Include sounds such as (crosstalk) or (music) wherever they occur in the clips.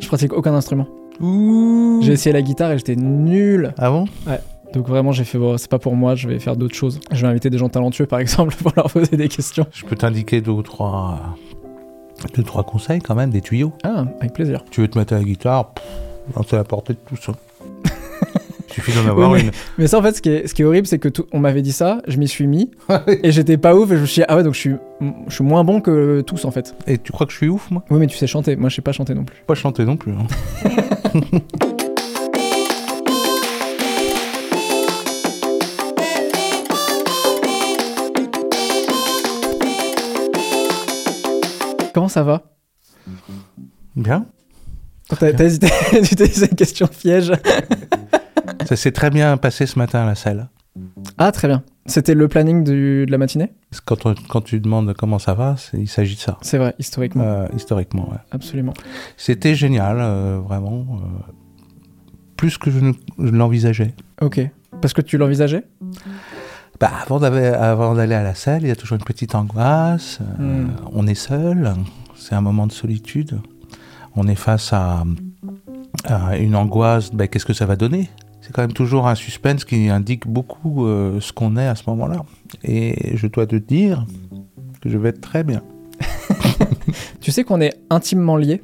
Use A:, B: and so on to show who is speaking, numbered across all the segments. A: je pratique aucun instrument.
B: Ouh.
A: J'ai essayé la guitare et j'étais nul.
B: Ah bon
A: Donc vraiment, j'ai fait, bon, c'est pas pour moi, je vais faire d'autres choses. Je vais inviter des gens talentueux, par (laughs) exemple, pour leur poser des questions.
B: Je peux t'indiquer deux ou trois. euh, Deux, trois conseils quand même, des tuyaux.
A: Ah, avec plaisir.
B: Tu veux te mettre à la guitare, pff, non, c'est à la portée de tout (laughs) ça. Il suffit d'en avoir
A: Oui,
B: une.
A: Mais ça, en fait, ce qui est, ce qui est horrible, c'est que tout- on m'avait dit ça, je m'y suis mis,
B: (laughs)
A: et j'étais pas ouf, et je me suis dit, ah ouais, donc je suis, je suis moins bon que tous, en fait.
B: Et tu crois que je suis ouf, moi
A: Oui, mais tu sais chanter, moi je sais pas chanter non plus.
B: Pas chanter non plus. hein.
A: Comment ça va
B: Bien.
A: T'as t'as hésité, (laughs) tu t'es dit, c'est une question piège.
B: Ça s'est très bien passé ce matin à la salle.
A: Ah, très bien. C'était le planning du- de la matinée
B: Parce que Quand, on- quand tu demandes comment ça va, c'est- il s'agit de ça.
A: C'est vrai, historiquement,
B: Euh, historiquement, ouais.
A: absolument.
B: C'était génial, euh, vraiment. euh, plus que je ne, je ne l'envisageais.
A: Ok. Parce que tu l'envisageais
B: Bah, avant d'ave- avant d'aller à la salle, il y a toujours une petite angoisse. euh,
A: Hmm.
B: On est seul, c'est un moment de solitude. On est face à, à une angoisse, bah, qu'est-ce que ça va donner C'est quand même toujours un suspense qui indique beaucoup euh, ce qu'on est à ce moment-là. Et je dois te dire que je vais être très bien.
A: Tu sais qu'on est intimement liés,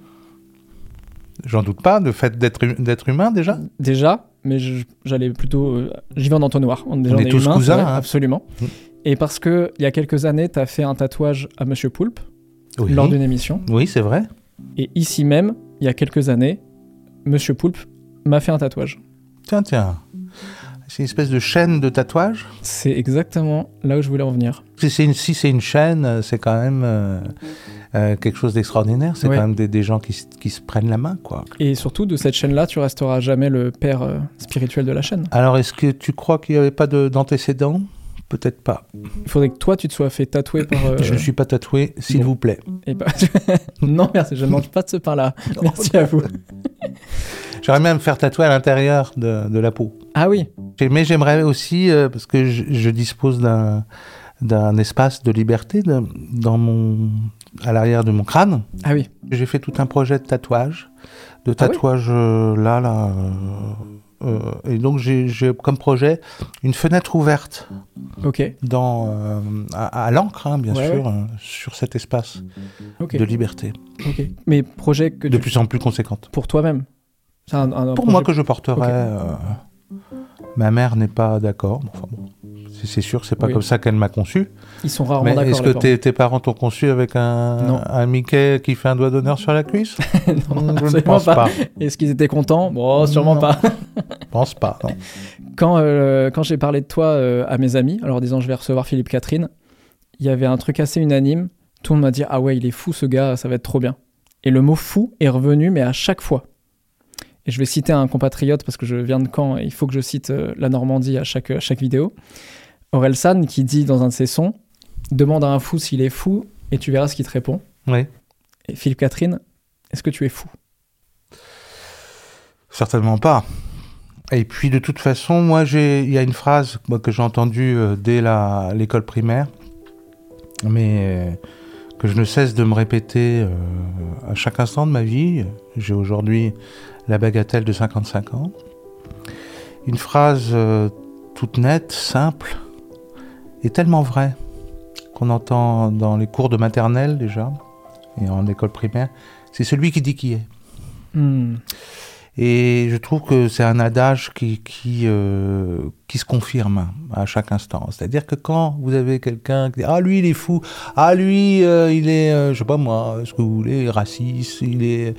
B: J'en doute pas, le fait d'être hu- d'être humain déjà.
A: déjà, mais je- j'allais plutôt. euh, J'y vais en entonnoir. On, déjà,
B: On est tous
A: humains,
B: cousins,
A: c'est vrai,
B: hein.
A: Absolument.
B: Mm.
A: Et parce que il y a quelques années, t'as fait un tatouage à Monsieur Poulpe
B: Oui,
A: lors d'une émission.
B: oui c'est vrai.
A: Et ici même, il y a quelques années, Monsieur Poulpe m'a fait un tatouage.
B: Tiens, tiens. C'est une espèce de chaîne de tatouage.
A: C'est exactement là où je voulais en venir.
B: Si c'est une, si c'est une chaîne, euh, c'est quand même euh, euh, quelque chose d'extraordinaire. C'est
A: Ouais.
B: quand même des, des gens qui, se- qui se prennent la main, quoi.
A: Et surtout, de cette chaîne-là, tu resteras jamais le père euh, spirituel de la chaîne.
B: Alors, est-ce que tu crois qu'il n'y avait pas de- d'antécédents Peut-être pas.
A: Il faudrait que toi, tu te sois fait tatouer par. euh,
B: (laughs) Je ne suis pas tatoué, s'il
A: bon.
B: vous plaît.
A: et pas- (laughs) non, merci, je ne mange pas de ce pain-là.
B: (laughs)
A: Merci à vous.
B: J'aimerais bien me faire tatouer à l'intérieur de, de la peau.
A: Ah oui,
B: J'ai- Mais j'aimerais aussi, euh, parce que je, je dispose d'un d'un espace de liberté de- dans mon, à l'arrière de mon crâne.
A: ah oui.
B: J'ai fait tout un projet de tatouage, de
A: Ah ouais
B: tatouage euh, là, là. euh, euh, et donc j'ai j'ai comme projet une fenêtre ouverte
A: Ok,
B: dans, euh, à, à l'encre, hein, bien
A: Ouais,
B: sûr, euh, sur cet espace
A: ok,
B: de liberté,
A: ok. Mais projet que
B: de
A: tu...
B: plus en plus conséquente.
A: pour toi-même. C'est un- un- un
B: Pour
A: projet-
B: moi que je porterai,
A: Ok.
B: euh, ma mère n'est pas d'accord. mais Enfin bon, c'est c'est sûr, c'est pas
A: Oui.
B: comme ça qu'elle m'a conçu.
A: Ils sont rarement
B: Mais
A: d'accord.
B: est-ce que
A: les
B: tes, tes parents t'ont conçu avec
A: Non.
B: un, un Mickey qui fait un doigt d'honneur sur la
A: (laughs)
B: cuisse
A: parents. Non,
B: Je ne
A: absolument
B: pense
A: pas.
B: pas.
A: Est-ce qu'ils étaient contents Bon, sûrement
B: Non.
A: pas.
B: Je pense pas. non.
A: Quand, euh, quand j'ai parlé de toi euh, à mes amis, alors disant je vais recevoir Philippe Catherine, il y avait un truc assez unanime. Tout le monde m'a dit Ah ouais, il est fou ce gars, ça va être trop bien. Et le mot fou est revenu, mais à chaque fois. Et je vais citer un compatriote parce que je viens de Caen et il faut que je cite euh, la Normandie à chaque, à chaque vidéo. Aurel San qui dit dans un de ses sons Demande à un fou s'il est fou et tu verras ce qu'il te répond.
B: Oui.
A: Et Philippe Catherine, est-ce que tu es fou
B: Certainement pas. Et puis de toute façon, moi, j'ai, il y a une phrase moi, que j'ai entendue euh, dès la, l'école primaire, mais euh, que je ne cesse de me répéter euh, à chaque instant de ma vie. J'ai aujourd'hui la bagatelle de 55 ans. Une phrase euh, toute nette, simple, et tellement vraie qu'on entend dans les cours de maternelle déjà et en école primaire. C'est celui qui dit qui est.
A: Hmm.
B: Et je trouve que c'est un adage qui, qui, euh, qui se confirme à chaque instant. C'est-à-dire que quand vous avez quelqu'un qui dit Ah, lui, il est fou. Ah, lui, euh, il est, euh, je sais pas moi, ce que vous voulez, raciste, il est,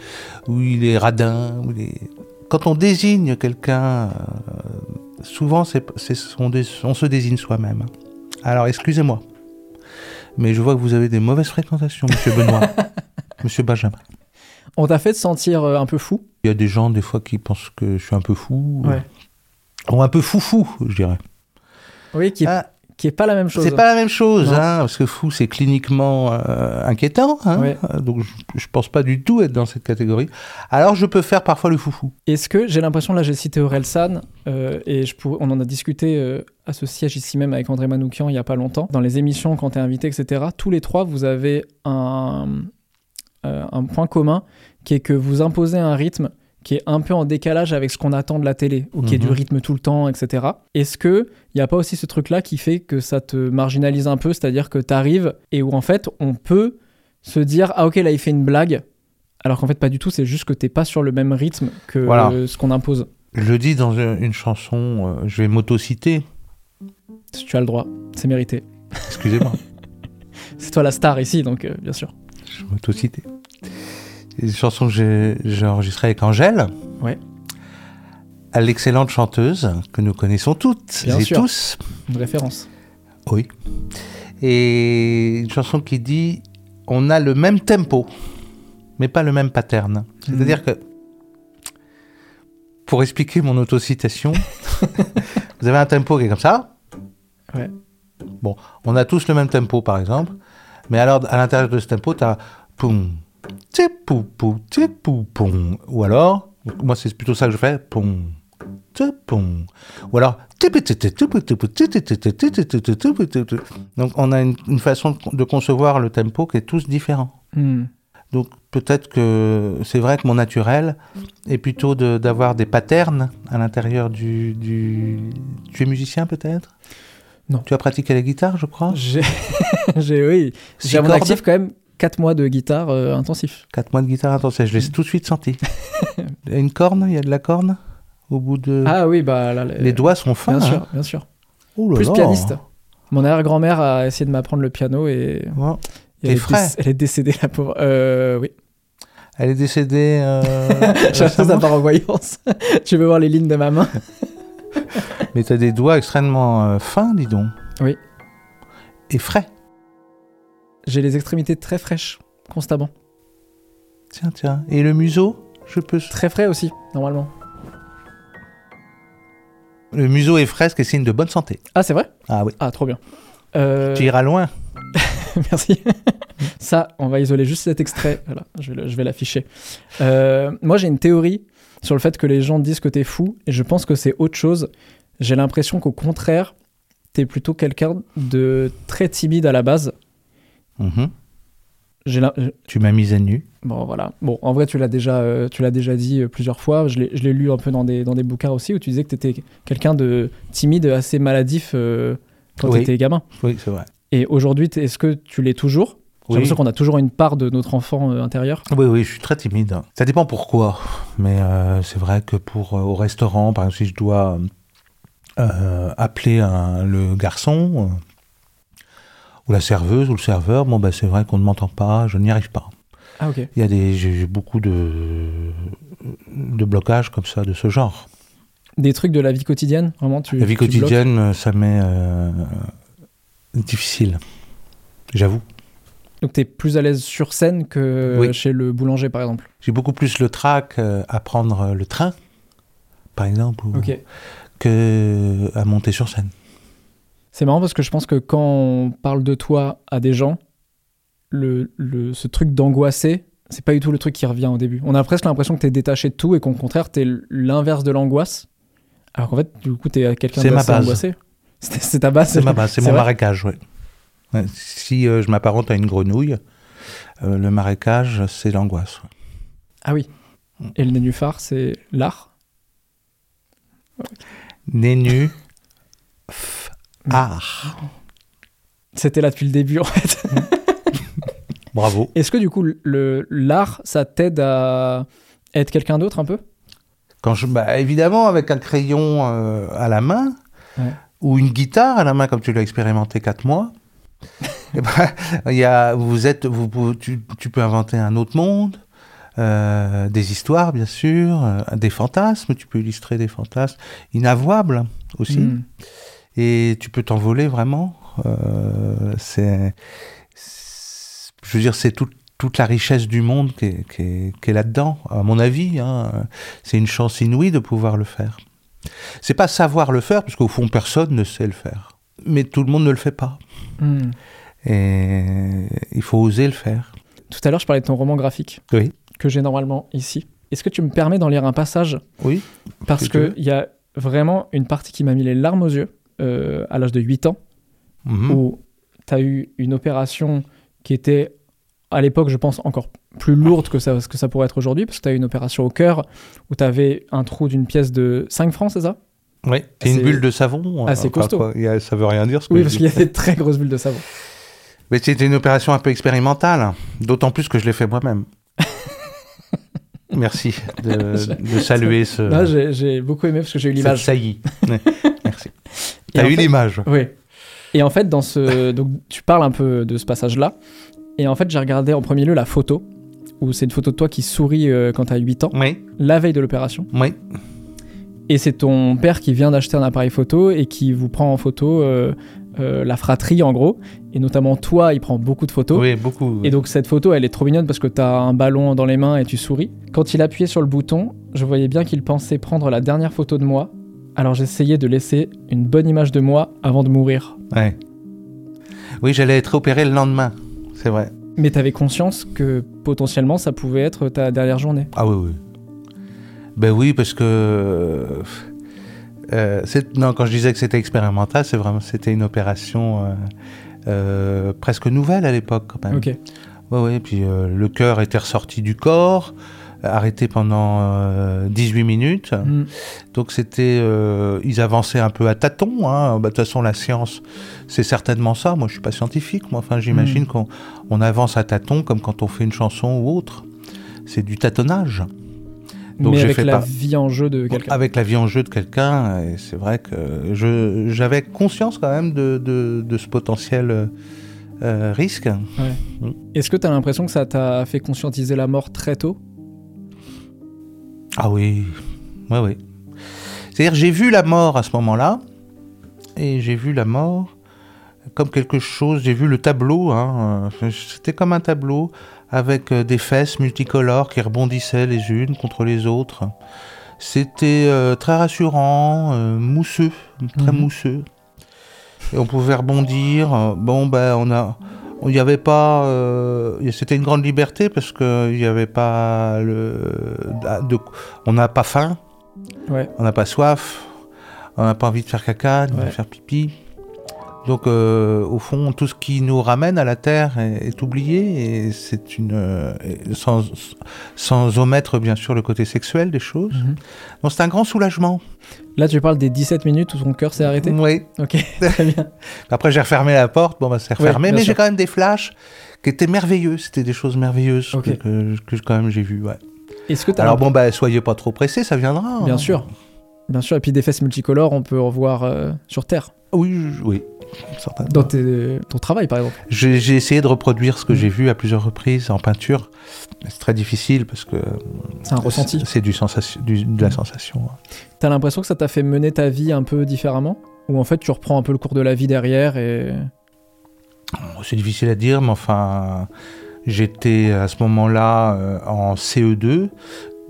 B: ou il est radin. Ou il est... Quand on désigne quelqu'un, euh, souvent, c'est, c'est, on, dé- on se désigne soi-même. Alors, excusez-moi, mais je vois que vous avez des mauvaises fréquentations, monsieur Benoît, monsieur Benjamin.
A: On t'a fait te sentir euh, un peu fou
B: Il y a des gens, des fois, qui pensent que je suis un peu fou.
A: Ouais.
B: Ou un peu foufou, je dirais.
A: Oui, qui est,
B: Ah,
A: qui est pas la même chose.
B: c'est pas la même chose,
A: Non.
B: hein, parce que fou, c'est cliniquement euh, inquiétant. hein.
A: Ouais.
B: Euh, Donc, je, je pense pas du tout être dans cette catégorie. Alors, je peux faire parfois le foufou.
A: Est-ce que j'ai l'impression, là j'ai cité Orelsan, euh, et je pour- on en a discuté euh, à ce siège ici même avec André Manoukian il y a pas longtemps, dans les émissions quand t'es invité, etc., tous les trois vous avez un, euh, un point commun qui est que vous imposez un rythme qui est un peu en décalage avec ce qu'on attend de la télé, ou qui est
B: Mhm.
A: du rythme tout le temps, etc. Est-ce que il n'y a pas aussi ce truc-là qui fait que ça te marginalise un peu, c'est-à-dire que t'arrives et où en fait on peut se dire ah ok là il fait une blague, alors qu'en fait pas du tout, c'est juste que t'es pas sur le même rythme que
B: Voilà.
A: euh, ce qu'on impose.
B: Je le dis dans une une chanson, euh, je vais m'auto-citer,
A: Si tu as le droit, c'est mérité. (laughs)
B: excusez-moi,
A: C'est toi la star ici, donc euh, bien sûr.
B: je vais m'auto-citer. C'est Une chanson que j'ai- j'ai enregistrée avec Angèle.
A: Ouais.
B: À l'excellente chanteuse que nous connaissons toutes
A: Bien
B: et
A: sûr.
B: tous.
A: Une référence.
B: Oui. Et une chanson qui dit on a le même tempo, mais pas le même pattern. C'est-à-dire que, pour expliquer mon autocitation, vous avez un tempo qui est comme ça.
A: Ouais.
B: Bon, on a tous le même tempo, par exemple. Mais alors, à l'intérieur de ce tempo, tu as poum, tchip, pou, pou, tchip, pou, poum. Ou alors, moi, c'est plutôt ça que je fais poum, tchip, poum. Ou alors, tipi, tipi, tipi, tipi, tipi, tipi, tipi, tipi, tipi, tipi. donc on a une, une façon de con- de concevoir le tempo qui est tous différent. (laughs)
A: Hmm.
B: Donc peut-être que c'est vrai que mon naturel est plutôt de- d'avoir des patterns à l'intérieur du, du... Tu es musicien peut-être
A: Non.
B: Tu as pratiqué la guitare, je crois
A: J'ai, (laughs) j'ai- oui,
B: Six
A: j'ai à mon
B: cordes
A: actif quand même 4 mois de guitare euh, intensif.
B: Quatre mois de guitare intense, je l'ai tout de
A: (laughs)
B: suite senti. Il y a une corne, il y a de la corne au bout de...
A: Ah oui, bah là, là,
B: Euh, Les doigts sont fins.
A: bien
B: hein.
A: sûr, bien sûr.
B: Ouh là
A: Plus
B: là.
A: pianiste. Mon arrière-grand-mère a essayé de m'apprendre le piano et, et
B: Ouais. Tes
A: elle, est
B: frères.
A: déc- elle est décédée, la pauvre. Euh, oui,
B: Elle est décédée... euh,
A: (laughs) j'ai l'impression
B: récemment.
A: d'avoir en voyance. (laughs) tu veux voir les lignes de ma main
B: Mais t'as des doigts extrêmement euh, fins, dis donc.
A: Oui.
B: Et frais.
A: J'ai les extrémités très fraîches, constamment.
B: Tiens, tiens. Et le museau Je peux...
A: Très frais aussi, normalement.
B: Le museau est frais, ce qui est signe de bonne santé.
A: Ah, c'est vrai
B: Ah oui.
A: Ah, trop bien. Euh,
B: Tu iras loin.
A: (laughs) Merci. (laughs) Ça, on va isoler juste cet extrait. Voilà, je vais le- je vais l'afficher. Euh, moi, j'ai une théorie sur le fait que les gens disent que t'es fou, et je pense que c'est autre chose. J'ai l'impression qu'au contraire, t'es plutôt quelqu'un de très timide à la base.
B: Mhm.
A: J'ai l'im- euh,
B: Tu m'as mise à nu.
A: Bon, voilà. Bon, en vrai, tu l'as déjà, euh, tu l'as déjà dit euh, plusieurs fois. Je l'ai je l'ai lu un peu dans des, dans des bouquins aussi, où tu disais que t'étais quelqu'un de timide, assez maladif euh, quand
B: Oui.
A: t'étais gamin.
B: Oui, c'est vrai.
A: Et aujourd'hui, t'es- est-ce que tu l'es toujours J'ai
B: Oui.
A: l'impression qu'on a toujours une part de notre enfant euh, intérieur.
B: oui, oui, je suis très timide. Ça dépend pourquoi. Mais euh, c'est vrai que pour euh, au restaurant, par exemple, si je dois euh, appeler un- le garçon euh, ou la serveuse ou le serveur, bon, bah, c'est vrai qu'on ne m'entend pas, je n'y arrive pas.
A: Ah ok.
B: Il y a des, j'ai j'ai beaucoup de, de blocages comme ça, de ce genre.
A: Des trucs de la vie quotidienne, vraiment tu.
B: La vie
A: tu bloques
B: quotidienne, euh, ça m'est euh, difficile. J'avoue.
A: Donc t'es plus à l'aise sur scène que
B: Oui.
A: chez le boulanger par exemple.
B: J'ai beaucoup plus le trac euh, à prendre euh, le train, par exemple, ou-
A: Ok.
B: que à monter
A: (laughs)
B: sur scène.
A: C'est marrant parce que je pense que quand on parle de toi à des gens, le, le- ce truc d'angoissé, c'est pas du tout le truc qui revient au début. On a presque l'impression que t'es détaché de tout et qu'au contraire t'es l'inverse de l'angoisse. Alors qu'en fait, du coup, t'es quelqu'un
B: C'est ma
A: d'assez
B: base.
A: angoissé. C'est c'est ta base.
B: C'est ma base, c'est mon
A: vrai
B: marécage, ouais. Ouais, Si euh, je m'apparente à une grenouille, euh, le marécage, c'est l'angoisse. ouais.
A: Ah oui.
B: Mm.
A: Et le nénuphar, c'est l'art. (laughs)
B: Né nu, f- art.
A: C'était là depuis le début (laughs) en fait.
B: Bravo.
A: Est-ce que du coup, le- l'art, ça t'aide à être quelqu'un d'autre un peu
B: Quand je, bah, évidemment, avec un crayon euh, à la main,
A: Ouais.
B: ou une guitare à la main, comme tu l'as expérimenté 4 mois, eh ben, (laughs) il y a, vous êtes, vous, pouvez- tu, tu peux inventer un autre monde, euh, des histoires, bien sûr, euh, des fantasmes, tu peux illustrer des fantasmes inavouables aussi,
A: Hmm.
B: et tu peux t'envoler vraiment. euh, c'est, c'est- je veux dire, c'est tout- toute la richesse du monde qui est, qui est- qui est là-dedans, à mon avis. hein. C'est une chance inouïe de pouvoir le faire. C'est pas savoir le faire, parce qu'au fond, personne ne sait le faire. Mais tout le monde ne le fait pas.
A: Hmm.
B: Et il faut oser le faire.
A: Tout à l'heure, je parlais de ton roman graphique.
B: Oui.
A: Que j'ai normalement ici. Est-ce que tu me permets d'en lire un passage
B: Oui.
A: Parce
B: Si tu
A: qu'il
B: veux.
A: y a vraiment une partie qui m'a mis les larmes aux yeux euh, à l'âge de 8 ans,
B: Mhm.
A: où tu as eu une opération qui était à l'époque, je pense, encore plus lourde que ça, que ça pourrait être aujourd'hui, parce que tu as eu une opération au cœur où tu avais un trou d'une pièce de 5 francs, c'est ça
B: Oui, et une bulle de savon. euh,
A: assez costaud.
B: quoi, il y a- ça veut rien dire. Ce que
A: Oui,
B: je
A: parce
B: dis.
A: qu'il y a des très grosses bulles de savon.
B: Mais c'était une opération un peu expérimentale, hein. d'autant plus que je l'ai
A: (laughs)
B: fait moi-même. Merci de, de saluer ce,
A: Là, j'ai j'ai beaucoup aimé parce que j'ai eu
B: cette
A: l'image. (laughs)
B: saillie. Ouais, Merci.
A: Et
B: T'as
A: en
B: eu
A: fait-
B: l'image.
A: Oui. Et en fait, dans ce. Donc, tu parles un peu de ce passage-là. Et en fait, j'ai regardé en premier lieu la photo, où c'est une photo de toi qui sourit euh, quand t'as 8 ans,
B: Oui,
A: la veille de l'opération.
B: oui.
A: Et c'est ton père qui vient d'acheter un appareil photo et qui vous prend en photo euh, euh, la fratrie, en gros. Et notamment toi, il prend beaucoup de photos.
B: Oui, beaucoup.
A: Et donc cette photo, elle est trop mignonne parce que t'as un ballon dans les mains et tu souris. Quand il appuyait sur le bouton, je voyais bien qu'il pensait prendre la dernière photo de moi. Alors j'essayais de laisser une bonne image de moi avant de mourir.
B: Ouais. Oui, j'allais être opéré le lendemain. C'est vrai.
A: Mais t'avais conscience que potentiellement ça pouvait être ta dernière journée.
B: Ah oui, oui. Ben oui, parce que. euh, c'est- non, quand je disais que c'était expérimental, c'est vraiment c'était une opération euh, euh, presque nouvelle à l'époque quand même.
A: Ok.
B: Ah Oui, oui, puis euh, le cœur était ressorti du corps, arrêté pendant euh, 18 minutes.
A: Hmm.
B: Donc c'était, euh, ils avançaient un peu à tâtons. hein. Bah, De toute façon, la science, c'est certainement ça. Moi, je suis pas scientifique. Moi, enfin, j'imagine
A: Hmm.
B: qu'on on avance à tâtons, comme quand on fait une chanson ou autre. C'est du tâtonnage. Donc,
A: Mais
B: j'ai
A: avec
B: fait
A: la
B: pas-
A: vie en jeu de quelqu'un.
B: Avec la vie en jeu de quelqu'un, et c'est vrai que je, j'avais conscience quand même de, de- de ce potentiel euh, euh, risque.
A: Est-ce que t'as l'impression que ça t'a fait conscientiser la mort très tôt
B: Ah oui, ouais, oui. C'est-à-dire, j'ai vu la mort à ce moment-là, et j'ai vu la mort comme quelque chose, j'ai vu le tableau, hein, euh, c'était comme un tableau avec euh, des fesses multicolores qui rebondissaient les unes contre les autres. C'était euh, très rassurant, euh, mousseux, très
A: Mhm.
B: mousseux. Et on pouvait rebondir. euh, Bon, ben, on a. Il n'y avait pas. euh, C'était une grande liberté parce qu'il n'y avait pas. Le, de- on n'a pas faim.
A: Ouais.
B: On n'a pas soif. On n'a pas envie de faire caca, ni
A: Ouais.
B: de faire pipi. Donc, euh, au fond, tout ce qui nous ramène à la terre est, est oublié. Et c'est une. euh, et sans, sans omettre, bien sûr, le côté sexuel des choses. Donc, c'est un grand soulagement.
A: Là, tu parles des 17 minutes où ton cœur s'est arrêté
B: Oui.
A: Ok, (laughs) très bien.
B: Après, j'ai refermé la porte. Bon, bah, c'est
A: Ouais,
B: refermé.
A: bien
B: mais
A: sûr.
B: j'ai quand même des flashs qui étaient merveilleux. C'était des choses merveilleuses que-
A: Ok.
B: que, que quand même j'ai vues. Ouais.
A: Est-ce que t'as
B: Alors, bon, bah, soyez pas trop pressés, ça viendra. hein.
A: Bien sûr. Bien sûr, et puis des fesses multicolores, on peut en voir euh, sur Terre.
B: Oui, je- oui. certainement.
A: Dans tes- ton travail, par exemple.
B: J'ai j'ai essayé de reproduire ce que
A: Mm.
B: j'ai vu à plusieurs reprises en peinture. C'est très difficile parce que
A: C'est un ressenti.
B: c'est- c'est du sensation, du- de la sensation. hein.
A: T'as l'impression que ça t'a fait mener ta vie un peu différemment Ou en fait, tu reprends un peu le cours de la vie derrière et.
B: Bon, C'est difficile à dire, mais enfin, j'étais à ce moment-là euh, en CE2,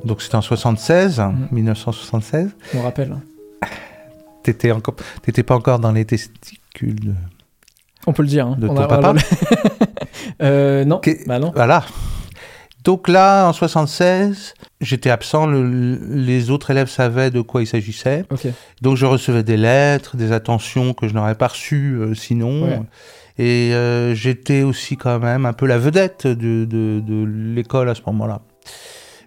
B: donc c'était en 76, hein,
A: Mm.
B: 1976.
A: On rappelle. hein.
B: T'étais encore, t'étais pas encore dans les testicules. de-
A: On peut le dire. hein.
B: De
A: On
B: ton papa
A: (laughs) Euh, Non.
B: Qu'est-
A: Bah non.
B: Voilà. Donc là, en 76, j'étais absent. le- les autres élèves savaient de quoi il s'agissait.
A: Ok.
B: Donc je recevais des lettres, des attentions que je n'aurais pas reçues euh, sinon.
A: Ouais.
B: Et euh, j'étais aussi quand même un peu la vedette de, de- de l'école à ce moment-là.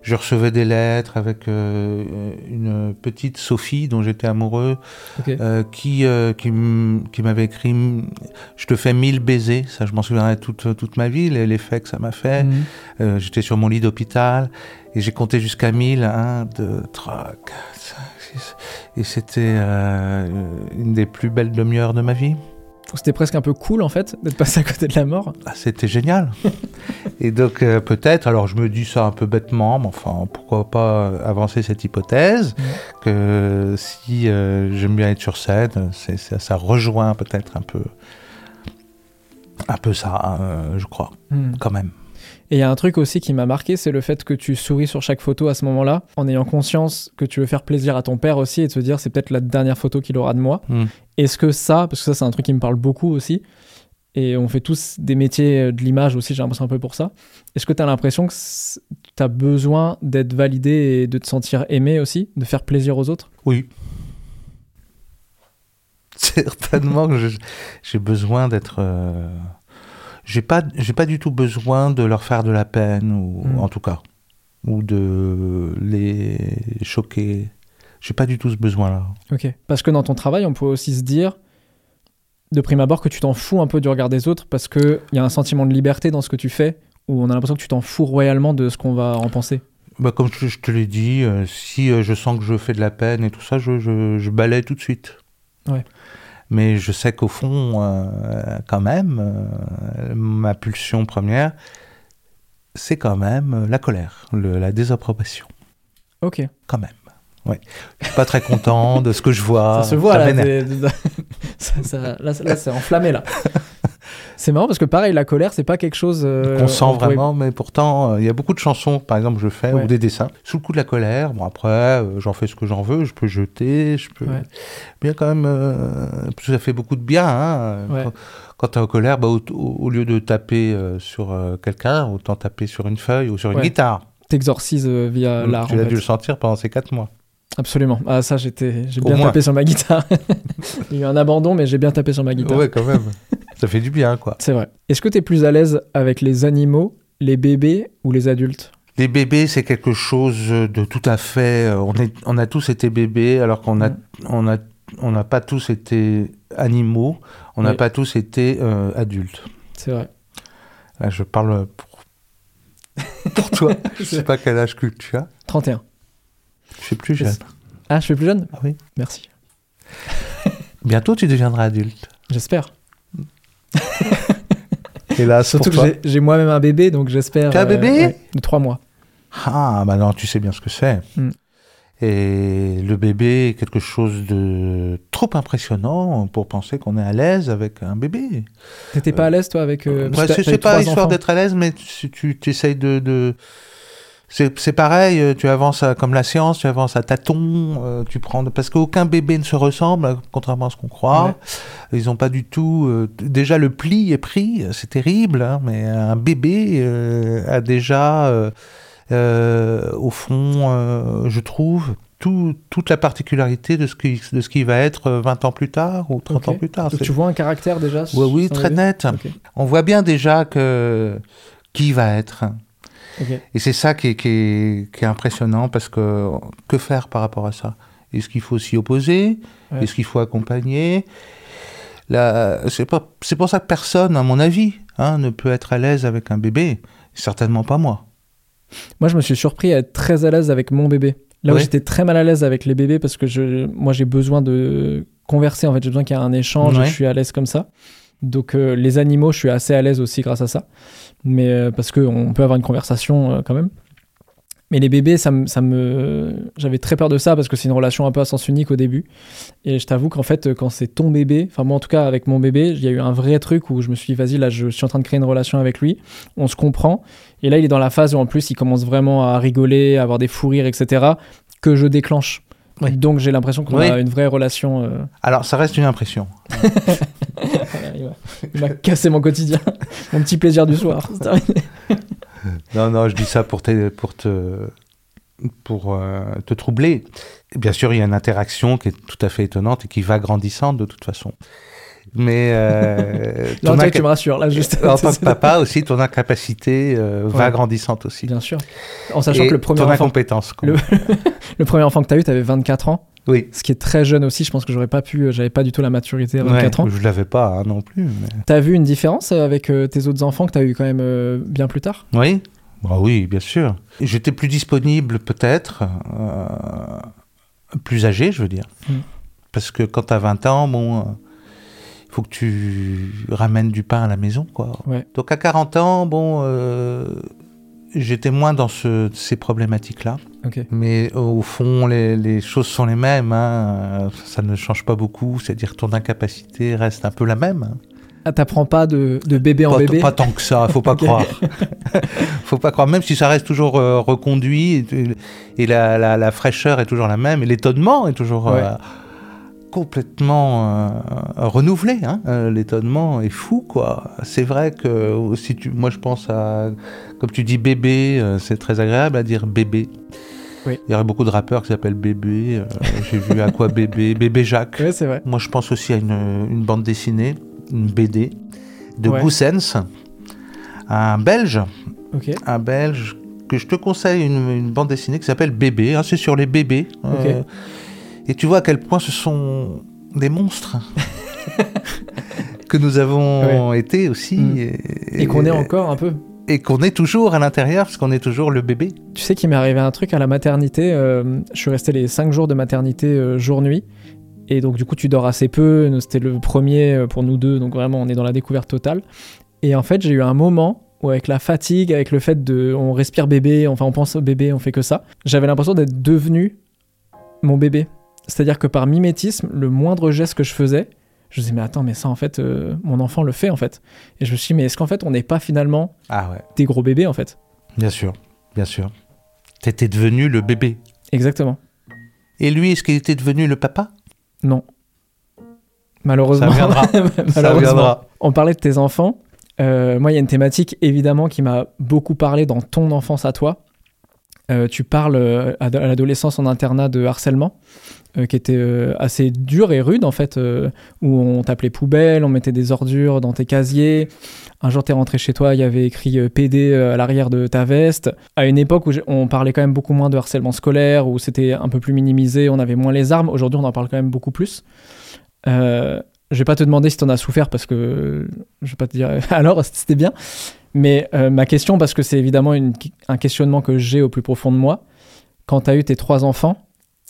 B: Je recevais des lettres avec euh, une petite Sophie dont j'étais amoureux,
A: Ok.
B: euh, qui, euh, qui, m- qui m'avait écrit « Je te fais mille baisers », ça je m'en souviendrai toute, toute ma vie, les- l'effet que ça m'a fait.
A: Mhm.
B: Euh, J'étais sur mon lit d'hôpital et j'ai compté jusqu'à 1000. 1, 2, 3, 4, 5, 6. Et c'était euh, une des plus belles demi-heures de ma vie.
A: C'était presque un peu cool, en fait, d'être passé à côté de la mort.
B: Ah, c'était génial. et donc, euh, peut-être, alors je me dis ça un peu bêtement, mais enfin, pourquoi pas avancer cette hypothèse que si euh, j'aime bien être sur scène, c'est- ça, ça rejoint peut-être un peu, un peu ça, euh, je crois,
A: Mhm.
B: quand même.
A: Et il y a un truc aussi qui m'a marqué, c'est le fait que tu souris sur chaque photo à ce moment-là, en ayant conscience que tu veux faire plaisir à ton père aussi et de se dire c'est peut-être la dernière photo qu'il aura de moi.
B: Mm.
A: Est-ce que ça, parce que ça c'est un truc qui me parle beaucoup aussi, et on fait tous des métiers euh, de l'image aussi, j'ai l'impression un peu pour ça, est-ce que tu as l'impression que tu as besoin d'être validé et de te sentir aimé aussi, de faire plaisir aux autres
B: Oui. (laughs) Certainement que je- j'ai besoin d'être. euh, j'ai pas, j'ai pas du tout besoin de leur faire de la peine, ou
A: Mm.
B: en tout cas, ou de les choquer. J'ai pas du tout ce besoin-là.
A: Ok. Parce que dans ton travail, on peut aussi se dire, de prime abord, que tu t'en fous un peu du regard des autres parce qu'il y a un sentiment de liberté dans ce que tu fais où on a l'impression que tu t'en fous royalement de ce qu'on va en penser.
B: Bah, comme je, je te l'ai dit, euh, si euh, je sens que je fais de la peine et tout ça, je, je, je balaye tout de suite.
A: Ouais.
B: Mais je sais qu'au fond, euh, quand même, euh, ma pulsion première, c'est quand même euh, la colère, le- la désapprobation.
A: Ok.
B: Quand même. Ouais. Je suis pas très content de ce que je vois.
A: ça se voit là.
B: Ah, m'énerve.
A: t'es- (laughs) ça- ça- là, là, c'est enflammé
B: (laughs)
A: là. c'est marrant parce que pareil, la colère, c'est pas quelque chose. euh,
B: qu'on sent
A: pourrait-
B: vraiment, mais pourtant, euh, il y a beaucoup de chansons, par exemple, je fais,
A: Ouais.
B: ou des dessins. Sous le coup de la colère, bon, après, euh, j'en fais ce que j'en veux, je peux jeter, je peux.
A: Ouais.
B: Bien, quand même, euh, parce que ça fait beaucoup de bien. hein.
A: Ouais.
B: Quand- Quand tu es en colère, bah, au, au- au lieu de taper euh, sur euh, quelqu'un, autant taper sur une feuille ou sur une
A: Ouais.
B: guitare.
A: T'exorcises euh, via
B: Donc,
A: l'art.
B: Mmh, tu
A: en
B: l'as
A: fait.
B: dû le sentir pendant ces quatre mois.
A: Absolument. Ah ça, j'étais, j'ai
B: Au
A: bien
B: moins.
A: tapé sur ma guitare. (laughs) Il y a eu un abandon, mais j'ai bien tapé sur ma guitare.
B: Ouais,
A: (laughs)
B: quand même. ça fait du bien, quoi.
A: C'est vrai. Est-ce que t'es plus à l'aise avec les animaux, les bébés ou les adultes
B: Les bébés, c'est quelque chose de tout à fait. euh, On, est, on a tous été bébés, alors qu'on a,
A: Mm.
B: on a, on n'a pas tous été animaux, on n'a
A: Oui.
B: pas tous été euh, adultes.
A: C'est vrai.
B: Là, je parle pour,
A: (laughs)
B: pour toi. je
A: C'est
B: sais pas quel âge que tu as.
A: 31.
B: Je suis plus jeune.
A: Ah, je suis plus jeune
B: Ah oui.
A: Merci.
B: Bientôt, tu deviendras adulte.
A: J'espère.
B: Hélas,
A: Surtout
B: pour
A: que
B: toi.
A: j'ai- j'ai moi-même un bébé, donc j'espère. euh,
B: T'as un bébé
A: ouais, De 3 mois.
B: Ah, bah non, tu sais bien ce que c'est.
A: Mm.
B: Et le bébé est quelque chose de trop impressionnant pour penser qu'on est à l'aise avec un bébé.
A: T'étais pas à l'aise toi avec. euh, parce
B: Ouais,
A: que
B: Bah, c'est
A: t'as-
B: c'est
A: t'avais
B: pas
A: trois
B: histoire
A: enfants.
B: d'être à l'aise, mais tu, tu, tu essayes de. de- C'est c'est pareil, euh, tu avances à- comme la science, tu avances à tâtons, euh, tu prends. de- Parce qu'aucun bébé ne se ressemble, euh, contrairement à ce qu'on croit.
A: Ouais.
B: Ils n'ont pas du tout. euh, déjà, le pli est pris, euh, c'est terrible, hein, mais un bébé euh, a déjà, euh, euh, au fond, euh, je trouve, tout- toute la particularité de ce qui, de ce qui va être euh, 20 ans plus tard ou 30
A: Ok.
B: ans plus tard.
A: Donc
B: C'est-
A: tu vois un caractère déjà
B: Ouais, oui,
A: sur un
B: très
A: bébé
B: net.
A: Ok.
B: On voit bien déjà que qui va être.
A: Ok.
B: Et c'est ça qui est, qui est- qui est impressionnant parce que que faire par rapport à ça Est-ce qu'il faut s'y opposer
A: Ouais.
B: Est-ce qu'il faut accompagner Là, c'est pas c'est pour ça que personne, à mon avis, hein, ne peut être à l'aise avec un bébé. Certainement pas moi.
A: Moi, je me suis surpris à être très à l'aise avec mon bébé. Là où
B: Ouais.
A: j'étais très mal à l'aise avec les bébés parce que je, moi, j'ai besoin de converser. En fait, j'ai besoin qu'il y ait un échange.
B: Ouais.
A: Je suis à l'aise comme ça. Donc, euh, les animaux, je suis assez à l'aise aussi grâce à ça. Mais euh, parce qu'on peut avoir une conversation euh, quand même. Mais les bébés, ça me, ça me, j'avais très peur de ça parce que c'est une relation un peu à sens unique au début. Et je t'avoue qu'en fait, quand c'est ton bébé, enfin moi en tout cas avec mon bébé, il y a eu un vrai truc où je me suis dit, vas-y, là, je suis en train de créer une relation avec lui, on se comprend. Et là, il est dans la phase où en plus, il commence vraiment à rigoler, à avoir des fous rires, etc., que je déclenche.
B: Oui.
A: Donc j'ai l'impression qu'on
B: Oui.
A: a une vraie relation.
B: (laughs)
A: euh,
B: Alors, ça reste une impression.
A: voilà, il m'a- (laughs) il m'a cassé mon quotidien, (laughs) mon petit plaisir du soir. C'est terminé.
B: Non, non, je dis ça pour te, pour te, pour, euh, te troubler. Et Bien sûr, il y a une interaction qui est tout à fait étonnante et qui va grandissante de toute façon. Mais
A: (laughs)
B: euh,
A: Là,
B: ton
A: toi,
B: inca-
A: tu me rassures, là, juste. (laughs)
B: en tant que papa aussi, ton incapacité euh, va
A: Ouais.
B: grandissante aussi.
A: Bien sûr. En sachant
B: Et
A: que le premier,
B: ton
A: enfant,
B: incompétence. quoi.
A: Le- le premier enfant que tu as eu, tu avais 24 ans, (laughs)
B: Oui.
A: ce qui est très jeune aussi. Je pense que j'aurais pas pu, euh, j'avais pas du tout la maturité à 24 ans.
B: Ouais, Je l'avais pas hein, non plus. mais-
A: T'as vu une différence euh, avec euh, tes autres enfants que t'as eu quand même euh, bien plus tard
B: Oui. Bah oui, bien sûr. J'étais plus disponible peut-être, euh, plus âgé, je veux dire.
A: Mm.
B: Parce que quand t'as 20 ans, bon, euh, il faut que tu ramènes du pain à la maison, quoi.
A: Ouais.
B: Donc à 40 ans, bon, euh, j'étais moins dans ce- ces problématiques-là.
A: Ok.
B: Mais au fond, les, les choses sont les mêmes. hein. Euh, Ça ne change pas beaucoup. C'est-à-dire ton incapacité reste un peu la même. hein.
A: Ah, t'apprends pas de, de bébé en
B: Pas,
A: bébé
B: pas tant que ça, faut
A: (laughs)
B: pas
A: Ok.
B: croire. faut pas croire. Même si ça reste toujours euh, reconduit et, et la, la- la fraîcheur est toujours la même et l'étonnement est toujours
A: Ouais.
B: euh, complètement euh, renouvelé. hein. Euh, l'étonnement est fou, quoi. C'est vrai que euh, si tu, moi je pense à, comme tu dis bébé, euh, c'est très agréable à dire bébé.
A: Oui.
B: Il y aurait beaucoup de rappeurs qui s'appellent bébé. euh, J'ai vu à quoi bébé, bébé Jacques.
A: Ouais, c'est vrai.
B: Moi, je pense aussi à une, une bande dessinée, une BD de
A: Ouais.
B: Goosens, un Belge,
A: Ok.
B: un Belge que je te conseille une, une bande dessinée qui s'appelle Bébé. hein, c'est sur les bébés. euh, et tu vois à quel point ce sont des monstres
A: (laughs)
B: que nous avons été aussi
A: Mm.
B: et,
A: Et qu'on est encore un peu.
B: et qu'on est toujours à l'intérieur parce qu'on est toujours le bébé.
A: Tu sais qu'il m'est arrivé un truc à la maternité. euh, je suis resté les 5 jours de maternité euh, jour-nuit. Et donc, du coup, tu dors assez peu. Nous, C'était le premier euh, pour nous deux. Donc, vraiment, on est dans la découverte totale. Et en fait, j'ai eu un moment où, avec la fatigue, avec le fait de. On respire bébé, enfin, on pense au bébé, on fait que ça. J'avais l'impression d'être devenu mon bébé. C'est-à-dire que par mimétisme, le moindre geste que je faisais, je me disais, mais attends, mais ça, en fait, euh, mon enfant le fait, en fait. Et je me suis dit, mais est-ce qu'en fait, on n'est pas finalement
B: Ah ouais,
A: des gros bébés, en fait
B: bien sûr, bien sûr. T'étais devenu le bébé.
A: Exactement.
B: Et lui, est-ce qu'il était devenu le papa
A: Non. Malheureusement. (laughs)
B: Ça viendra. Ça
A: Malheureusement.
B: viendra.
A: On parlait de tes enfants. Euh, moi, il y a une thématique évidemment qui m'a beaucoup parlé dans ton enfance à toi. Euh, tu parles euh, à à l'adolescence en internat de harcèlement, euh, qui était euh, assez dur et rude en fait, euh, où on t'appelait poubelle, on mettait des ordures dans tes casiers. Un jour, t'es rentré chez toi, il y avait écrit euh, PD à l'arrière de ta veste. À une époque où j'ai- on parlait quand même beaucoup moins de harcèlement scolaire, où c'était un peu plus minimisé, on avait moins les armes. Aujourd'hui, on en parle quand même beaucoup plus. Euh, je vais pas te demander si t'en as souffert parce que euh, je vais pas te dire (laughs) alors c'était bien. Mais euh, ma question, parce que c'est évidemment une- un questionnement que j'ai au plus profond de moi, quand t'as eu tes trois enfants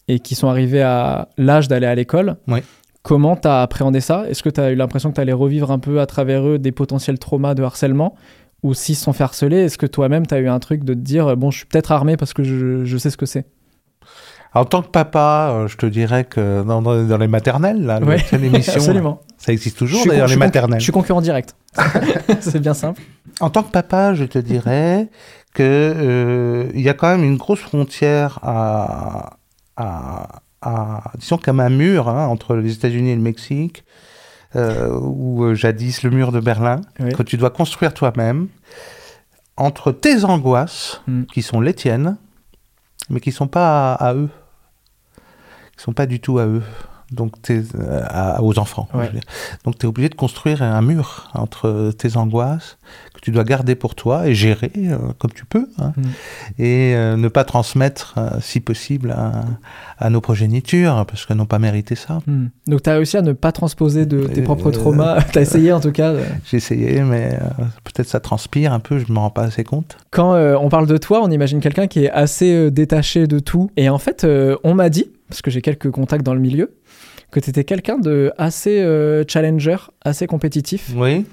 A: et qui sont arrivés à l'âge d'aller à l'école,
B: Ouais.
A: comment t'as appréhendé ça Est-ce que t'as eu l'impression que t'allais revivre un peu à travers eux des potentiels traumas de harcèlement Ou s'ils se sont fait harceler, est-ce que toi-même t'as eu un truc de te dire euh, bon, je suis peut-être armé parce que je, je sais ce que c'est
B: En tant que papa, euh, je te dirais que dans, dans- dans les maternelles, là,
A: Ouais,
B: l'émission,
A: Absolument.
B: ça existe
A: Je
B: toujours
A: suis con-
B: d'ailleurs,
A: je
B: les
A: suis con-
B: maternelles.
A: Je suis concurrent direct. c'est bien simple.
B: En tant que papa, je te dirais que euh, il y a quand même une grosse frontière à, à, à- disons comme un mur hein, entre les États-Unis et le Mexique, euh, ou euh, jadis le mur de Berlin,
A: Oui.
B: que tu dois construire toi-même entre tes angoisses
A: Mm.
B: qui sont les tiennes, mais qui sont pas à, à eux, qui sont pas du tout à eux. Donc, t'es, euh, à- aux enfants.
A: Ouais.
B: je veux dire. Donc, tu es obligé de construire un mur entre tes angoisses que tu dois garder pour toi et gérer euh, comme tu peux, hein.
A: Mm.
B: et euh, ne pas transmettre, euh, si possible, à, à nos progénitures, parce qu'elles n'ont pas mérité ça.
A: Hmm. Donc t'as réussi à ne pas transposer de tes
B: Euh,
A: propres traumas. (laughs) t'as essayé en tout cas.
B: J'ai essayé, mais euh, peut-être ça transpire un peu, je ne me rends pas assez compte.
A: Quand euh, on parle de toi, on imagine quelqu'un qui est assez euh, détaché de tout. Et en fait, euh, on m'a dit, parce que j'ai quelques contacts dans le milieu, que t'étais quelqu'un de assez euh, challenger, assez compétitif.
B: Oui,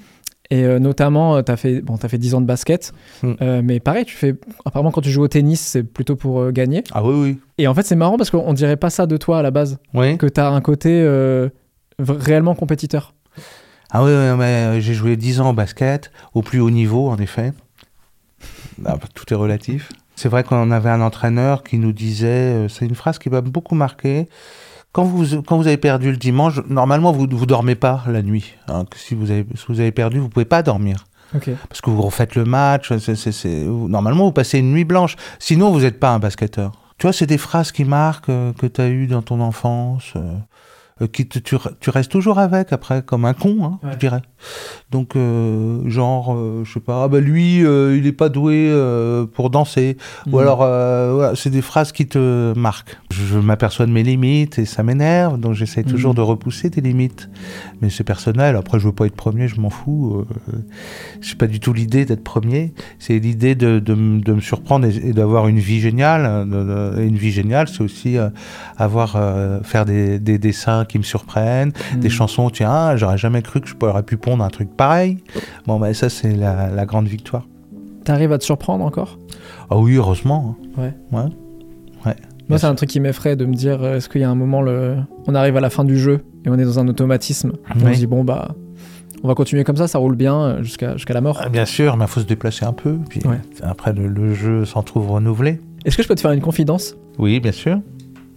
A: Et euh, notamment, euh, t'as fait, bon, t'as fait 10 ans de basket.
B: Hmm.
A: Euh, mais pareil, tu fais. Apparemment, quand tu joues au tennis, c'est plutôt pour euh, gagner.
B: ah oui, oui.
A: Et en fait, c'est marrant parce qu'on dirait pas ça de toi à la base.
B: Oui.
A: Que t'as un côté euh, v- réellement compétiteur.
B: Ah oui, oui, mais euh, j'ai joué 10 ans au basket, au plus haut niveau en effet. Ah, bah, tout est relatif. C'est vrai qu'on avait un entraîneur qui nous disait, euh, c'est une phrase qui m'a beaucoup marqué, quand vous, quand vous avez perdu le dimanche, normalement vous ne dormez pas la nuit. hein, que si, vous avez, si vous avez perdu, vous ne pouvez pas dormir.
A: Ok.
B: Parce que vous refaites le match, c'est- c'est- c'est- vous- normalement vous passez une nuit blanche. Sinon vous n'êtes pas un basketteur. Tu vois, c'est des phrases qui marquent euh, que tu as eues dans ton enfance, euh, euh, qui te- tu, re- tu restes toujours avec après, comme un con, hein,
A: Ouais.
B: je dirais. Donc, euh, genre, euh, je sais pas, ah bah lui, euh, il n'est pas doué euh, pour danser. Ou
A: Hmm.
B: alors, euh, voilà, c'est des phrases qui te marquent. Je, je m'aperçois de mes limites et ça m'énerve, donc j'essaie toujours
A: Mhm.
B: de repousser tes limites. Mais c'est personnel, après, je veux pas être premier, je m'en fous. euh, c'est pas du tout l'idée d'être premier, c'est l'idée de, de m- de me surprendre et, et d'avoir une vie géniale. hein, De- de- et une vie géniale, c'est aussi euh, avoir, euh, faire des, des dessins qui me surprennent, des
A: Hmm.
B: chansons, tiens, ah, j'aurais jamais cru que je pourrais pu pondre un truc pareil. Bon, ben ça, c'est la, la grande victoire.
A: T'arrives à te surprendre encore
B: Ah oui, heureusement.
A: Moi,
B: Bien
A: c'est un truc qui m'effraie de me dire euh, est-ce qu'il y a un moment, le... on arrive à la fin du jeu et on est dans un automatisme. On
B: Oui.
A: se dit bon, bah, on va continuer comme ça, ça roule bien euh, jusqu'à jusqu'à la mort.
B: Ah, Bien sûr, mais il faut se déplacer un peu. Puis
A: Ouais.
B: après, le, le jeu s'en trouve renouvelé.
A: Est-ce que je peux te faire une confidence
B: Oui, bien sûr.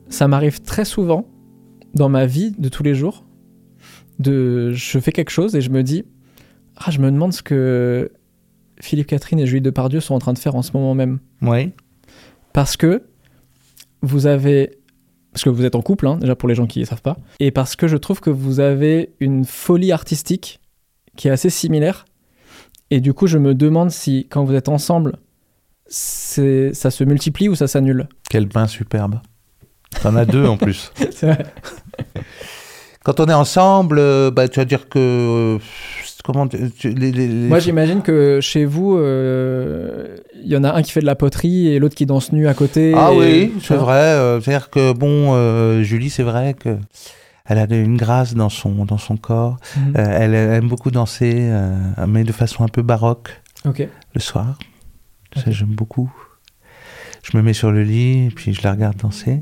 A: Ça m'arrive très souvent dans ma vie de tous les jours. De... Je fais quelque chose et je me dis ah, je me demande ce que Philippe Catherine et Julie Depardieu sont en train de faire en ce moment même.
B: Oui.
A: Parce que vous avez. Parce que vous êtes en couple, hein, déjà pour les gens qui ne savent pas. Et parce que je trouve que vous avez une folie artistique qui est assez similaire Et du coup, je me demande si, quand vous êtes ensemble, c'est- ça se multiplie ou ça s'annule.
B: (laughs) Quel bain superbe. T'en as deux en
A: (laughs)
B: plus.
A: C'est vrai.
B: Quand on est ensemble, euh, bah, tu vas dire que. euh, Comment. tu- tu- les- les- les-
A: Moi, j'imagine que chez vous, euh, il y en a un qui fait de la poterie et l'autre qui danse nu à côté.
B: Ah
A: et-
B: oui,
A: tu
B: c'est
A: vois.
B: vrai. euh, C'est-à-dire que, bon, euh, Julie, c'est vrai que. Elle a une grâce dans son, dans son corps.
A: Mhm.
B: Euh, elle aime beaucoup danser, euh, mais de façon un peu baroque.
A: Ok.
B: le soir. Ça,
A: Ok.
B: j'aime beaucoup. Je me mets sur le lit, et puis je la regarde danser.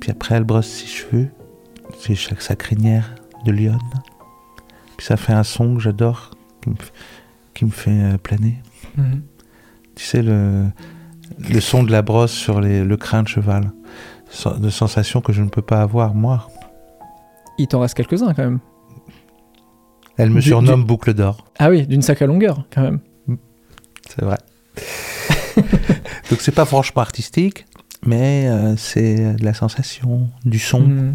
B: Puis après, elle brosse ses cheveux. C'est chaque sa crinière de lionne. Puis ça fait un son que j'adore, qui me, f- qui me fait euh, planer.
A: Mhm.
B: Tu sais, le, le son de la brosse sur les- le crin de cheval. Sen- De sensations que je ne peux pas avoir, moi.
A: Il t'en reste quelques-uns quand même.
B: Elle me
A: Du-
B: surnomme Boucle d'Or.
A: Ah oui, d'une sac à longueur quand même.
B: C'est vrai. (laughs) Donc c'est pas franchement artistique, mais euh, c'est de la sensation, du son,
A: Mhm.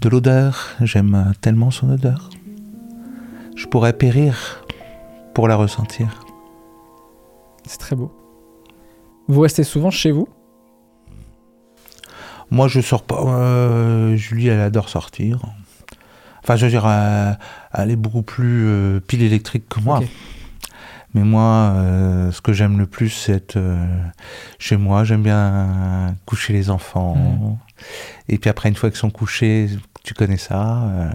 B: de l'odeur. J'aime tellement son odeur. Je pourrais périr pour la ressentir.
A: C'est très beau. Vous restez souvent chez vous
B: Moi je sors pas. euh, Julie elle adore sortir. Enfin je veux dire, euh, elle est beaucoup plus euh, pile électrique que moi.
A: Ok.
B: Mais moi, euh, ce que j'aime le plus, c'est être euh, chez moi. J'aime bien coucher les enfants.
A: Mhm.
B: Et puis après, une fois qu'ils sont couchés, tu connais ça. euh,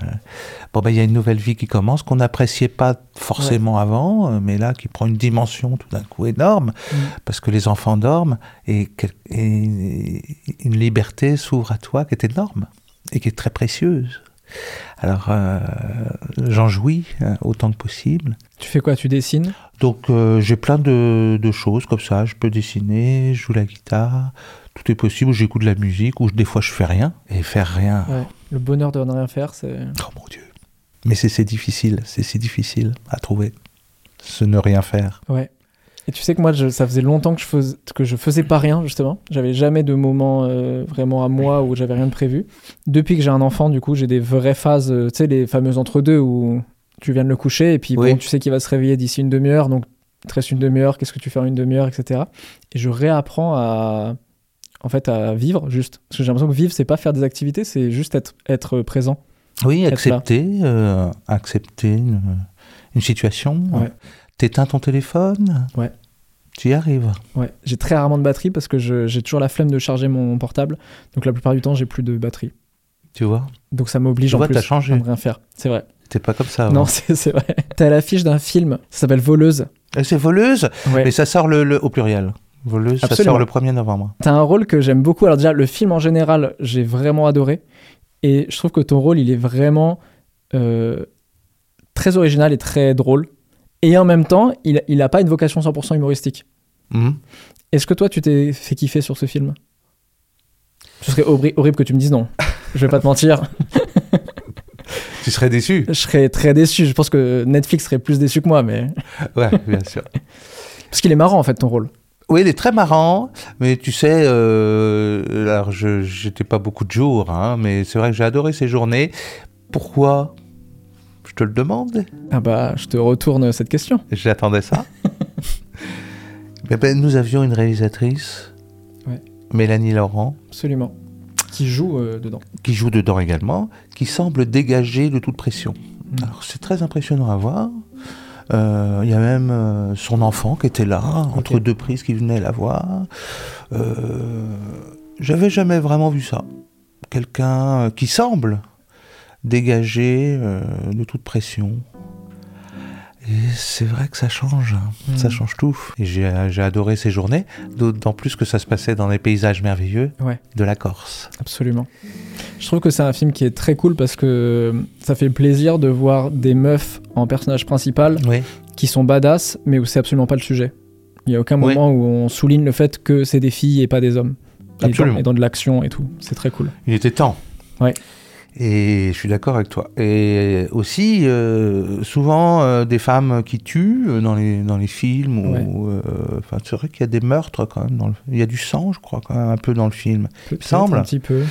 B: bon, ben, il y a une nouvelle vie qui commence, qu'on n'appréciait pas forcément avant, euh, mais là, qui prend une dimension tout d'un coup énorme,
A: Mhm.
B: parce que les enfants dorment et, quel- et une liberté s'ouvre à toi qui est énorme et qui est très précieuse. Alors, euh, j'en jouis euh, autant que possible.
A: Tu fais quoi Tu dessines
B: Donc euh, j'ai plein de, de choses comme ça. Je peux dessiner, je joue la guitare, tout est possible. Ou J'écoute de la musique, ou je- des fois je fais rien. Et faire rien,
A: Ouais. Le bonheur de ne rien faire, c'est.
B: oh mon dieu. Mais c'est c'est difficile, c'est si difficile à trouver. Ce ne rien faire.
A: Ouais. Et tu sais que moi, je- ça faisait longtemps que je, faisais, que je faisais pas rien, justement. J'avais jamais de moment euh, vraiment à moi où j'avais rien de prévu. Depuis que j'ai un enfant, du coup, j'ai des vraies phases, euh, tu sais, les fameuses entre-deux où tu viens de le coucher et puis
B: Oui.
A: bon, tu sais qu'il va se réveiller d'ici une demi-heure, donc il te reste une demi-heure, qu'est-ce que tu fais en une demi-heure, etc. Et je réapprends à. En fait, à vivre juste. Parce que j'ai l'impression que vivre, c'est pas faire des activités, c'est juste être, être présent.
B: Oui,
A: Être
B: accepter, euh, accepter une, une situation.
A: Ouais.
B: T'éteins ton téléphone.
A: Ouais.
B: Tu y arrives.
A: Ouais. J'ai très rarement de batterie parce que je- j'ai toujours la flemme de charger mon portable. Donc la plupart du temps, j'ai plus de batterie.
B: Tu vois.
A: Donc ça m'oblige
B: Tu
A: en
B: vois,
A: plus
B: t'as changé. Ah
A: à ne rien faire. C'est vrai.
B: T'es pas comme ça. hein.
A: Non, (laughs)
B: avant.
A: c'est c'est vrai. T'as l'affiche d'un film, ça s'appelle Voleuse.
B: Et Eh, C'est voleuse,
A: Ouais.
B: mais ça sort le, le- au pluriel. Voleuse, ça
A: Absolument.
B: sort le 1er novembre.
A: T'as un rôle que j'aime beaucoup. Alors déjà, le film en général, j'ai vraiment adoré. Et je trouve que ton rôle, il est vraiment euh, très original et très drôle. Et en même temps, il n'a pas une vocation 100% humoristique.
B: Mhm.
A: Est-ce que toi, tu t'es fait kiffer sur ce film Ce serait horri- horrible que tu me dises non. Je vais pas te mentir.
B: Tu serais déçu.
A: Je serais très déçu. Je pense que Netflix serait plus déçu que moi, mais
B: (laughs)
A: (laughs)
B: Ouais, bien sûr.
A: parce qu'il est marrant en fait ton rôle.
B: Oui, il est très marrant, mais tu sais, euh, alors je j'étais pas beaucoup de jours, hein, mais c'est vrai que j'ai adoré ces journées. Pourquoi Je te le demande.
A: Ah bah, je te retourne cette question.
B: J'attendais (laughs) ça. mais ben, nous avions une réalisatrice,
A: Ouais.
B: Mélanie Laurent,
A: Absolument. Qui joue euh, dedans.
B: qui joue dedans également, qui semble dégagée de toute pression.
A: Mm.
B: Alors c'est très impressionnant à voir. Euh, Il y a même euh, son enfant qui était là, entre
A: Ok.
B: deux prises qui venait la voir. Euh, J'avais jamais vraiment vu ça. Quelqu'un euh, qui semble dégagé euh, de toute pression. Et c'est vrai que ça change, hein.
A: Mm.
B: ça change tout. Et j'ai euh, j'ai adoré ces journées, d'autant plus que ça se passait dans des paysages merveilleux
A: Ouais.
B: de la Corse.
A: Absolument. Je trouve que c'est un film qui est très cool parce que ça fait plaisir de voir des meufs en personnage principal
B: Oui,
A: qui sont badass, mais où c'est absolument pas le sujet. Il y a aucun
B: Ouais.
A: moment où on souligne le fait que c'est des filles et pas des hommes. Et dans-
B: Absolument.
A: Et dans de l'action et tout. C'est très cool.
B: Il était temps.
A: Ouais.
B: Et je suis d'accord avec toi. Et aussi, euh, souvent, euh, des femmes qui tuent euh, dans les, dans les films. ou, euh, enfin, c'est vrai qu'il y a des meurtres quand même. Dans le- Il y a du sang, je crois, quand même, un peu dans le film.
A: Peut-être
B: semble.
A: Un petit peu.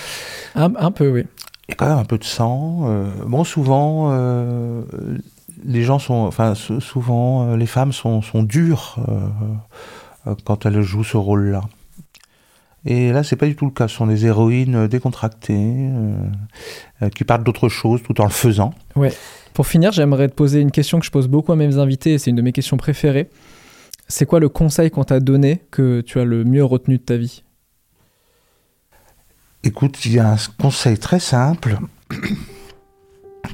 A: Un, un peu, oui.
B: Il y a quand même un peu de sang. euh, bon, souvent, euh, les gens sont, enfin, sou- souvent, euh, les femmes sont, sont dures euh, euh, quand elles jouent ce rôle-là. Et là, c'est pas du tout le cas. Ce sont des héroïnes euh, décontractées euh, euh, qui parlent d'autre chose tout en le faisant.
A: Pour finir, j'aimerais te poser une question que je pose beaucoup à mes invités et c'est une de mes questions préférées. C'est quoi le conseil qu'on t'a donné que tu as le mieux retenu de ta vie
B: Écoute, il y a un conseil très simple (coughs)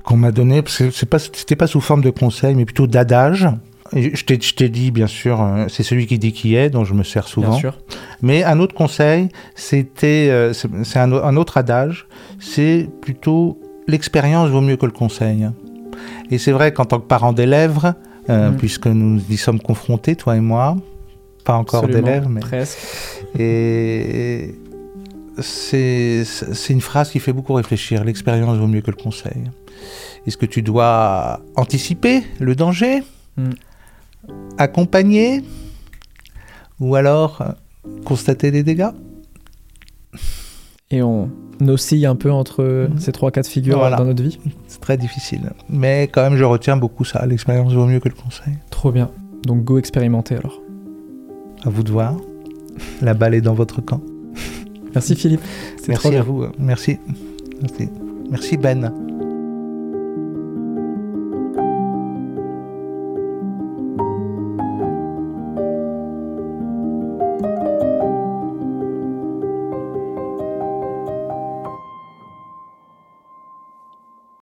B: qu'on m'a donné, parce que c'est pas, c'était pas sous forme de conseil, mais plutôt d'adage. Et Je t'ai, je t'ai dit, bien sûr, euh, c'est celui qui dit qui est, dont je me sers
A: Bien
B: souvent.
A: sûr.
B: Mais un autre conseil, c'était, euh, c'est c'est un, au- un autre adage, c'est plutôt l'expérience vaut mieux que le conseil. Et c'est vrai qu'en tant que parent d'élèves, euh,
A: Mm.
B: puisque nous y sommes confrontés, toi et moi, pas encore
A: Absolument,
B: d'élèves, mais
A: Presque.
B: et c'est c'est une phrase qui fait beaucoup réfléchir. L'expérience vaut mieux que le conseil. Est-ce que tu dois anticiper le danger
A: Mm.
B: Accompagner Ou alors euh, constater des dégâts
A: Et on oscille un peu entre ces trois cas de figure
B: Mhm. Voilà.
A: dans notre vie.
B: C'est très difficile. Mais quand même, je retiens beaucoup ça. L'expérience vaut mieux que le conseil.
A: Trop bien. Donc go expérimenter alors.
B: À vous de voir. La balle est dans votre camp.
A: Merci Philippe. C'est trop
B: Merci
A: bien.
B: à vous. Merci. Merci. Merci Ben.